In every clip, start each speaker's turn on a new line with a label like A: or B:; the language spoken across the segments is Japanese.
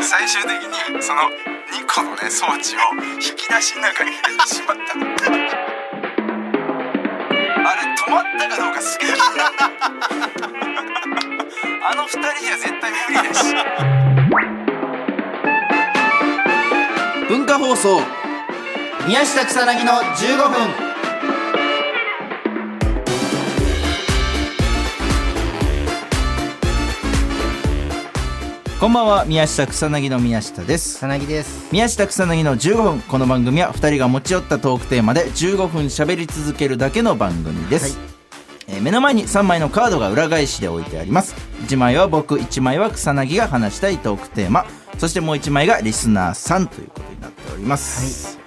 A: 最終的にその2個のね装置を引き出しの中に入れてしまったのあれ止まったかどうかすげえ気になるあの2人じゃ絶対無理だし
B: 文化放送宮下草薙の15分こんばんは宮下草薙の宮下です
C: 草薙です
B: 宮下草薙の15分この番組は2人が持ち寄ったトークテーマで15分喋り続けるだけの番組です、えー目の前に3枚のカードが裏返しで置いてあります1枚は僕1枚は草薙が話したいトークテーマそしてもう1枚がリスナーさんということになっております、
C: ね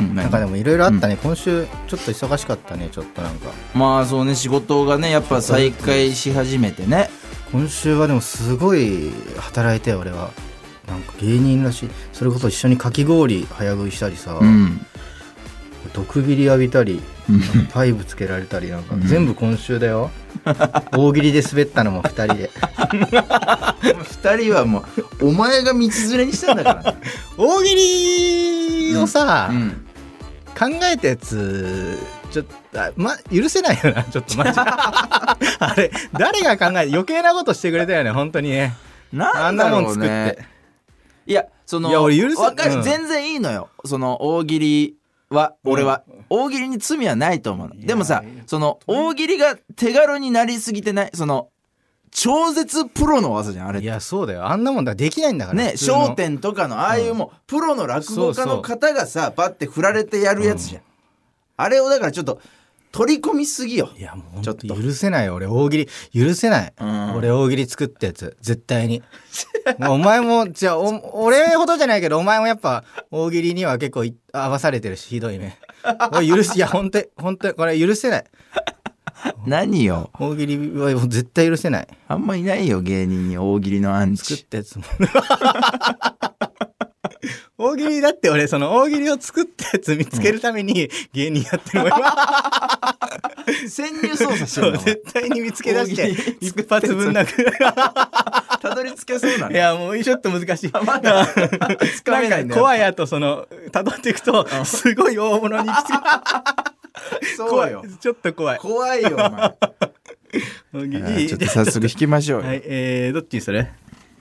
B: うん
C: なんかでもいろいろあったね、今週ちょっと忙しかったねちょっとなんか
B: まあそうね仕事がねやっぱ再開し始めてね
C: 今週はでもすごい働いたよ俺はなんか芸人らしいそれこそ一緒にかき氷早食いしたりさ、
B: うん
C: 毒ビリ浴びたりなんかパイブつけられたりなんか全部今週だ よ大喜利で滑ったのも2人で
B: 2人はもうお前が道連れにしたんだからね、
C: 大喜利をさ、
B: うん、
C: 考えたやつちょっとあま許せないよなちょっとマ ジであれ誰が考えて余計なことしてくれたよね本当にね
B: な
C: あ
B: ん
C: ん
B: だ
C: な
B: ろ
C: も
B: うんね
C: 作って
B: いやその
C: いや俺許せ
B: わかる、
C: うん
B: 全然いいのよその大喜利は俺は、大喜利に罪はないと思うの
C: や
B: でもさ
C: いや
B: その大喜利が手軽になりすぎてないその超絶プロの技じゃんあれっ
C: い
B: て
C: やそうだよあんなもんだからできないんだから
B: ね『
C: 普通の
B: 笑点』とかのああいうもう、プロの落語家の方がさバッて振られてやるやつじゃん、あれをだからちょっと取り込みすぎよ
C: いやもうほん
B: ちょ
C: と
B: っと
C: 許せないよ俺大喜利許せない、
B: うん
C: 俺大喜利作ったやつ絶対にもうお前もじゃあお俺ほどじゃないけどお前もやっぱ大喜利には結構い合わされてるしひどい目俺許すいや本当に本当にこれ許せない
B: 何よ
C: 大喜利はもう絶対許せない
B: あんまいないよ芸人に大喜利のアン
C: 作っ
B: チ
C: た やつも大喜利だって俺その大喜利を作ったやつ見つけるために芸人やってるもん
B: 潜入捜査して
C: そ
B: る
C: う
B: の
C: 絶対に見つけ出して
B: 大喜利
C: 一発分なく
B: たどり着けそうないの
C: やもうちょっと難 しい
B: まだつかめない
C: ん
B: ん
C: か
B: だ
C: 怖
B: い
C: いあとそのたどっていくとすごい大物に行き つけ
B: そ
C: 怖
B: う
C: い
B: よ
C: ちょっと怖い
B: 怖いよお前
C: 大喜
B: あ
C: 利
B: ーちょっと早速引きましょうよ、
C: はいえーどっちにする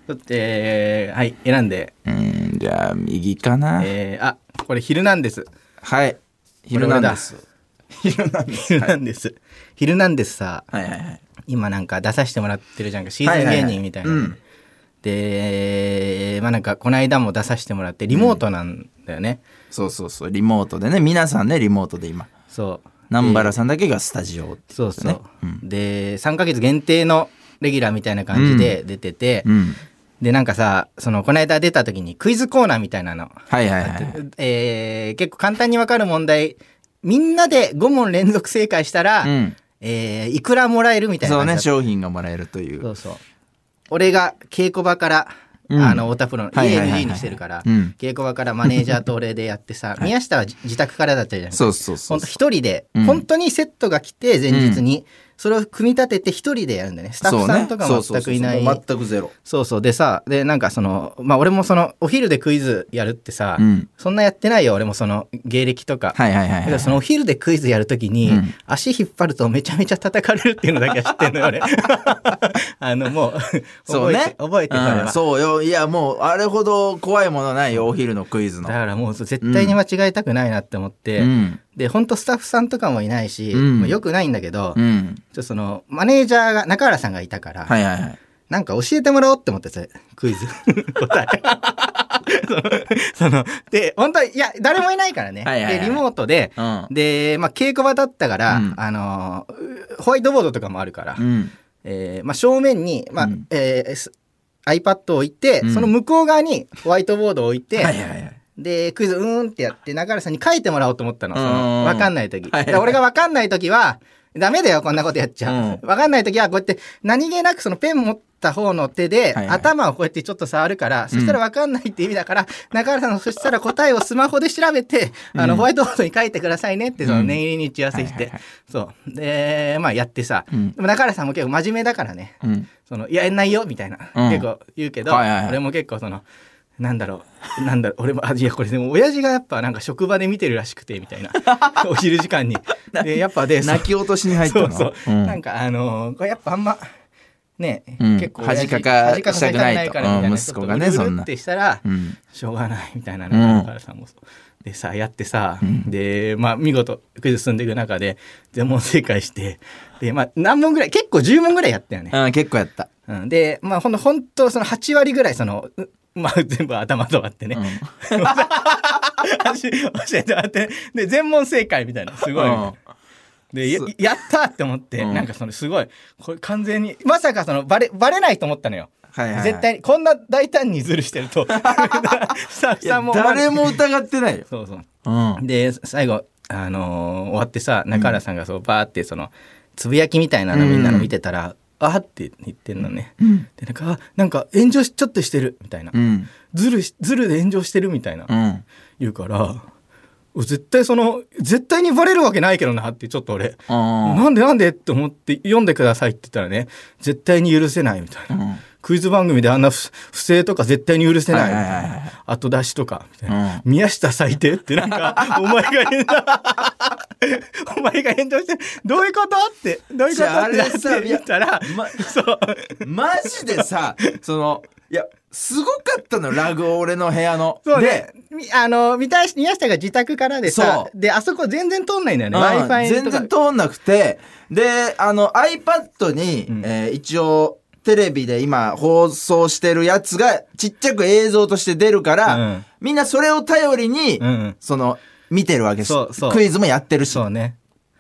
C: どっちえーはい選んで
B: うーんじゃあ右かな、
C: えーあこれ「ヒルナンデス」
B: はい「ヒルナンデス」「ヒルナンデス
C: ヒルナンデス。ヒルナンデスさ」、
B: はいはいはい
C: 今なんか出させてもらってるじゃんか、シーズン芸人みたいな。
B: はははうん
C: で、まあなんか、この間も出させてもらって、リモートなんだよね。
B: そうそうそうリモートでね皆さんねリモートで今
C: そう。
B: 南原さんだけがスタジオって
C: そうそう。
B: うん
C: で、3ヶ月限定のレギュラーみたいな感じで出てて、
B: うん
C: で、なんかさ、その、この間出た時にクイズコーナーみたいなの。
B: はいはいはい
C: えー結構簡単にわかる問題、みんなで5問連続正解したら、
B: うん
C: えーいくらもらえるみたいな
B: そう
C: 感じだっ
B: ね
C: た
B: 商品がもらえるとい
C: そううそう。俺が稽古場から、
B: うん
C: あの、太田プロの
B: はいはいはいはい
C: ENG にしてるから、
B: うん
C: 稽古場からマネージャーと俺でやってさ、宮下はじ自宅からだったじゃないですか。
B: そうそうそ
C: 本
B: う
C: 当一人で、
B: うん
C: 本当にセットが来て前日に、それを組み立てて一人でやるんだよね。スタッフさんとかも全くいない。
B: そうねそうそうそう全くゼロ
C: そうそう。でさ、で、なんかその、まあ俺もその、お昼でクイズやるってさ、
B: うん
C: そんなやってないよ、俺もその、芸歴とか。
B: はいはい
C: だ
B: は
C: か
B: いは
C: ら
B: い
C: そのお昼でクイズやるときに、
B: うん
C: 足引っ張るとめちゃめちゃ叩かれるっていうのだけは知ってんの よ、俺。あの、もう、
B: そう
C: 覚えて
B: ね、
C: 覚えてそれ
B: うん
C: は。
B: そうよいやもうあれほど怖いものないよお昼のクイズ
C: だ
B: の
C: からもう絶対に間違えたくないなって思って、
B: うん
C: で、ほんとスタッフさんとかもいないし、
B: うん
C: まあよくないんだけど、
B: う
C: ちょ
B: ん
C: っとその、マネージャーが、中原さんがいたから、
B: はいはいはい
C: なんか教えてもらおうって思って、それク イズ。答え。 その、そので、本当にいや、誰もいないからね。
B: はいはいはい
C: で、リモートで、
B: うん
C: で、まあ、稽古場だったから、
B: うん
C: あのー、ホワイトボードとかもあるから、
B: うん
C: えーまあ、正面に、まあ
B: うん
C: えーす iPad を置いて、
B: うん
C: その向こう側にホワイトボードを置いて、
B: はいはいはい
C: で、クイズうーんってやって、中原さんに書いてもらおうと思ったの。そ
B: うん
C: の、わかんない時。
B: はい
C: だから俺がわかんない時は、ダメだよ、こんなことやっちゃ。
B: うん
C: わかんないときは、こうやって、何気なくそのペン持った方の手で、
B: はいはい
C: 頭をこうやってちょっと触るから、そしたらわかんないって意味だから、中原さん、そしたら答えをスマホで調べて、あの、ホワイトボードに書いてくださいねって、その
B: うん
C: 念入りに打ち合わせして、
B: はいはい
C: そう。で、まあやってさ、
B: うん
C: でも中原さんも結構真面目だからね、
B: うん。
C: その、いや、やんないよ、みたいな、
B: うん
C: 結構言うけど、
B: はいはいはい
C: 俺も結構その、なんだろう、なんだろう、俺も、あ、いや、これでも、親父がやっぱなんか職場で見てるらしくて、みた いな。お昼時間に。で、やっぱで、そう
B: 泣き落としに入った
C: そ
B: の。
C: うそう、
B: ん
C: なんかあのーこれやっぱあんまね、
B: うん
C: 結構
B: 恥かか
C: 恥かさせたくないからみたいな、
B: したくないとうん息子がね
C: ちょっと
B: そ
C: うるう
B: ん
C: る
B: な
C: ってしたら、
B: うん。
C: しょうがないみたいな
B: う
C: ね
B: ん
C: だからさもうそうでさやってさ、
B: うん
C: でまあ見事クイズ進んでいく中で全問正解してでまあ何問ぐらい結構10問ぐらいやったよね、
B: うん、結構やった。
C: うん、でまあほんとほんとその8割ぐらいそのう まあ全部頭と割ってね、
B: うん
C: 教えてもらってで全問正解みたいなすごい、
B: うん
C: でや
B: す
C: やったって思って、
B: うん
C: なんかそのすごいこれ完全にまさかそのバレバレないと思ったのよ、
B: はいはいはい
C: 絶対にこんな大胆にズルしてる とスタッフ
B: い
C: さ
B: や
C: んも
B: 誰も疑ってないよ。
C: そうそう
B: うん。
C: で最後、あのー終わってさ中原さんがそうバーってそのつぶやきみたいなのみんなの見てたら、あーって言ってんのね、でなんかあなんか炎上しちょっとしてるみたいな、
B: うん。
C: ズルしズルで炎上してるみたいな、
B: うん。
C: 言うから絶対その絶対にバレるわけないけどなってちょっと俺
B: うん。
C: なんでなんでって思って読んでくださいって言ったらね、絶対に許せないみたいな。
B: うん
C: クイズ番組であんな不不正とか絶対に許せないみたい
B: はいはいはいは
C: な。後出しとか、みたいな。
B: うん
C: 宮下最低ってな んか、お前が変な、 お前が返答して、どういうことって、どういうこ
B: じゃあ
C: と
B: あ
C: って
B: れ
C: なっ
B: さ
C: て言ったら
B: いやま、
C: そう。
B: マジでさ、その、いや、すごかったの、ラグ俺の部屋の。
C: そうね
B: で、。
C: みあの、見た宮下が自宅からでさ
B: そ、う
C: で、あそこ全然通んないんだよね。
B: うん
C: Wi-Fi
B: 全
C: とか
B: 然。通んなくて、で、あの、iPad に、
C: うん
B: えー一応、テレビで今放送してるやつがちっちゃく映像として出るから、
C: うん
B: みんなそれを頼りに、
C: うんうん。
B: その、見てるわけです
C: そうそう
B: クイズもやってるし。
C: そうね。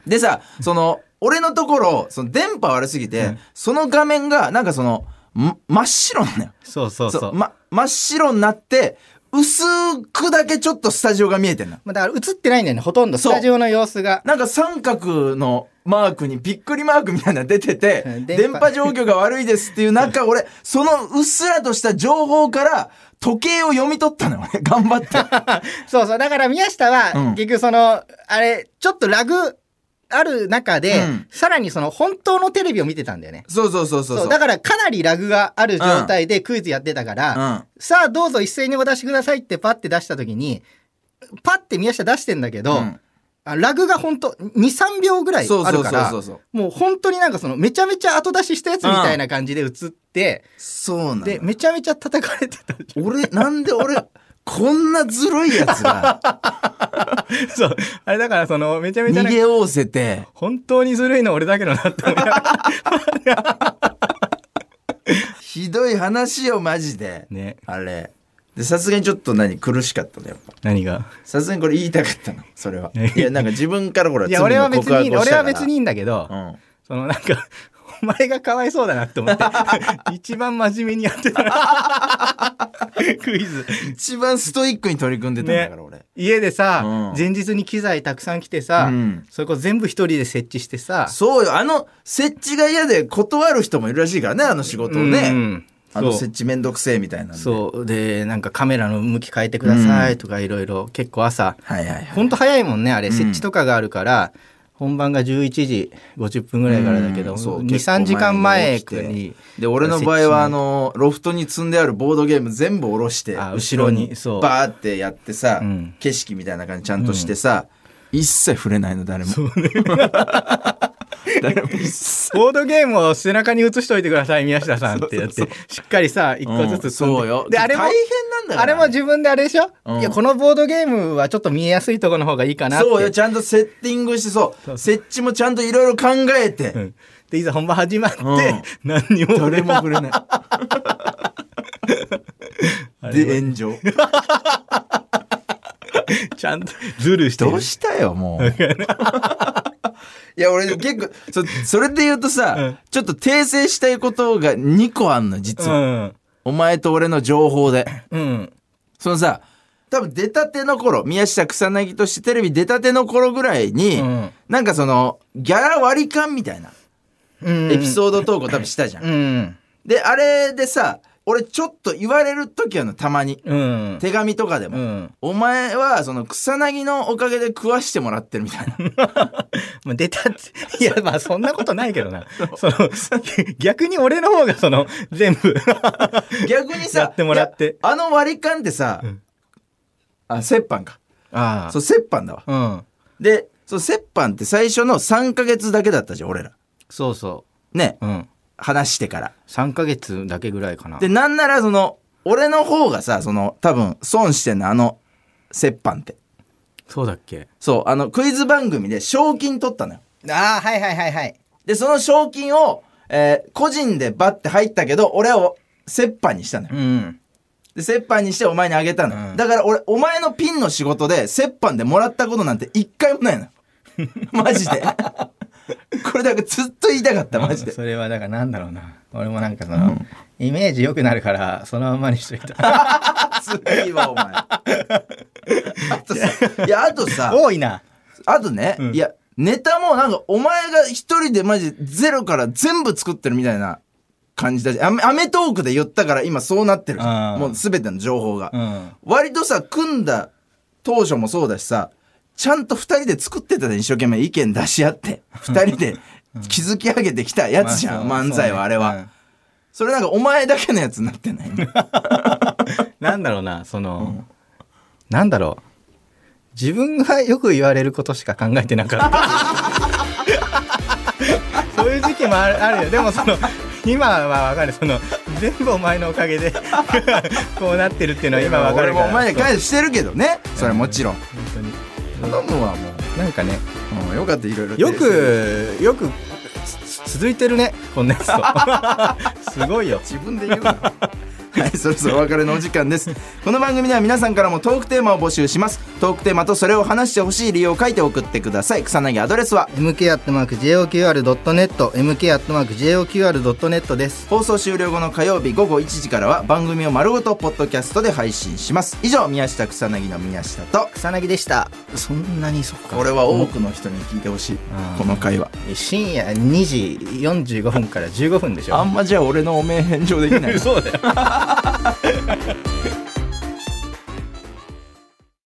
B: でさ、その、俺のところ、その電波悪すぎて、
C: うん
B: その画面が、なんかその、ん真っ白なのよ。
C: そうそうそう。
B: ま、真っ白になって、薄くだけちょっとスタジオが見えてんの。
C: まあ、だから映ってないんだよねほとんどス
B: そう
C: タジオの様子が
B: なんか三角のマークにびっくりマークみたいなの出てて
C: う、ん
B: 電
C: 電波
B: 波状況が悪いですっていう 中、俺、そのうっすらとした情報から、時計を読み取ったのよ、俺。頑張って。
C: そうそうだから宮下
B: うん
C: は結局その、あれちょっとラグある中
B: う
C: で、
B: ん
C: さらにその本当のテレビを見てたんだよね
B: そうそうそうそ
C: そうう
B: そう。
C: だからかなりラグがある状態でクイズやってたから、
B: うん。
C: さあどうぞ一斉にお出しくださいってパッて出した時にパッて宮下出してんだけど、
B: うん
C: あラグが本当23秒ぐらい
B: そう
C: あ
B: そ
C: る
B: う
C: か
B: そう
C: ら
B: そうそう。
C: もう本当になんかそのめちゃめちゃ後出ししたやつみたいな感じで映って、
B: そうなの。
C: でめちゃめちゃ叩かれてた
B: 俺、なんで俺、こんなずるいやつ が、
C: そう。あれだから、その、めちゃめちゃ
B: 逃
C: なんか
B: げおおせて、
C: 本当にずるいの俺だけどなって 思いながら
B: ひどい話よ、マジで。
C: ね。
B: あれ。で、さすがにちょっと何、苦しかったの、やっぱ。
C: 何が
B: さすがにこれ言いたかったの、それは。
C: ね
B: いや、なんか自分からほら、
C: いや、俺は別に、俺は別
B: に
C: にいいんだけど、
B: う
C: そのなんか、お前がかわいそうだなって 思って、一番真面目にやってた。 クイズ。
B: ん、一番ストイックに取り組んでたんだから、
C: 家でさ、
B: うん
C: 前日に機材たくさん来て
B: 俺、
C: さ、
B: うん、
C: それこそ全部一人で設置してさ、
B: そうよあの設置が嫌で断る人もいるらしいからねあの仕事をね、
C: うん
B: あの
C: そう
B: 設置めんどくせえみたいなんで
C: そう。で、なんかカメラの向き変えてくださいとかいろいろ、結構朝、
B: はいはいはい
C: ほんと早いもんねあれ
B: うん
C: 設置とかがあるから、本番が11時50分ぐらいからだけど、
B: うんそう結構前
C: 23
B: に
C: 時間前く
B: 起
C: に
B: で俺の場合はあのロフトに積んであるボードゲーム全部下ろして
C: あ
B: 後ろ
C: 後ろ
B: に
C: にそう
B: バーってやってさ、
C: うん
B: 景色みたいな感じちゃんとしてさ、一切触れないの誰も 誰も一切
C: ボードゲームを背中に映しといてください宮下さんってやってしっかりさ一個ずつ積んで、
B: そうよ
C: であれも
B: 大変なんだから
C: あれも自分であれでしょ、
B: うん
C: いやこのボードゲームはちょっと見えやすいところの方がいいかなって
B: そうよちゃんとセッティングしてそう
C: そう
B: 設置もちゃんといろいろ考えて、
C: うんでいざ本番始まって、
B: うん
C: 何にも
B: 誰も触れないで炎上
C: ちゃんとズルして る
B: どうしたよもういや俺結構そそれで言うとさ、
C: うん
B: ちょっと訂正したいことが2個あんの
C: う
B: 実は、
C: ん
B: お前と俺の情報で
C: うん
B: そのさ多分出たての頃、宮下草薙としてテレビ出たての頃ぐらいに、
C: うん
B: なんかその、ギャラ割り勘みたいな
C: うん
B: エピソード投稿多分したじゃん。
C: うん
B: で、あれでさ、俺ちょっと言われる時はの、たまに。
C: うん
B: 手紙とかでも。
C: うん
B: お前は、その、草薙のおかげで食わしてもらってるみたいな。
C: もう出たっていやまあそんなことないけどな その逆に俺の方がその全 部
B: 逆にさ、
C: やってもらって
B: いやあの割り勘ってさ、
C: うん
B: あ、折半か。
C: ああ
B: そう、折半だわ。
C: うん
B: で、そう、折半って最初の3ヶ月だけだったじゃん、俺ら。
C: そうそ
B: ね、
C: ううん
B: 話してから。
C: 3ヶ月だけぐらいかな
B: で、なんならその、俺の方がさ、その、多分、損してんの、あの、折半って。
C: そうだっけ
B: そう、あの、クイズ番組で賞金取ったのよ。
C: ああはいはいはいはい
B: で、その賞金を、えー個人でバッて入ったけど、俺を折半にしたのよ。
C: うん
B: で、折半にしてお前にあげたのよ。
C: うん
B: だから俺、お前のピンの仕事で、折半でもらったことなんて一回もないのよ。 マジで。 これだからずっと言いたかった、マジで。
C: それはだからなんだろうな俺もなんかその、イメージ良くなるからそのままにしとい た
B: 次はお前。 あとさ、いや、あとさ、
C: 多いな
B: あとね、
C: うん
B: いや、ネタもなんか、お前が一人でマジゼロから全部作ってるみたいな感じだし、アメアメトークで言ったから今そうなってるじゃ
C: あ
B: ん。
C: ー
B: もう全ての情報が。
C: うん
B: 割とさ、組んだ当初もそうだしさ、ちゃんと二人で作ってたね、一生懸命意見出し合って。二人で築き上げてきたやつじゃん、
C: まあそう
B: 漫才はあれは。
C: そ
B: そう
C: ね
B: れなんかお前だけのやつになってない
C: なんだろうな、その、なんだろう。自分がよく言われることしか考えてな かった。そういう時期もあるあるよ。でもその、今はわかる。その、全部お前のおかげ で、こうなってるっていうのは今わか
B: 俺
C: るか
B: も
C: ら。
B: お前で
C: そう
B: 返してるけどね。それはもちろん。
C: 本当に。
B: 頼むわ、も
C: なんかね、
B: う。うんよかった、いろいろ。
C: よ、く、よく、つ続いてるね、こんなやつ と。すごいよ。
B: 自分で言うな はい、そろそろお別れのお時間です。この番組では皆さんからもトークテーマを募集します。トークテーマとそれを話してほしい理由を書いて送ってください。草薙アドレスは
C: mk.joqr.net、mk.joqr.net です。
B: 放送終了後の火曜日午後1時からは番組を丸ごとポッドキャストで配信します。以上、宮下草薙の宮下と、
C: 草薙でしたそんなにそっか
B: これは多くの人に聞いてほしい。この会話。
C: 深夜2時45分から15分でしょ
B: あんまじゃあ俺のおめえ返上できないな。
C: そうだよ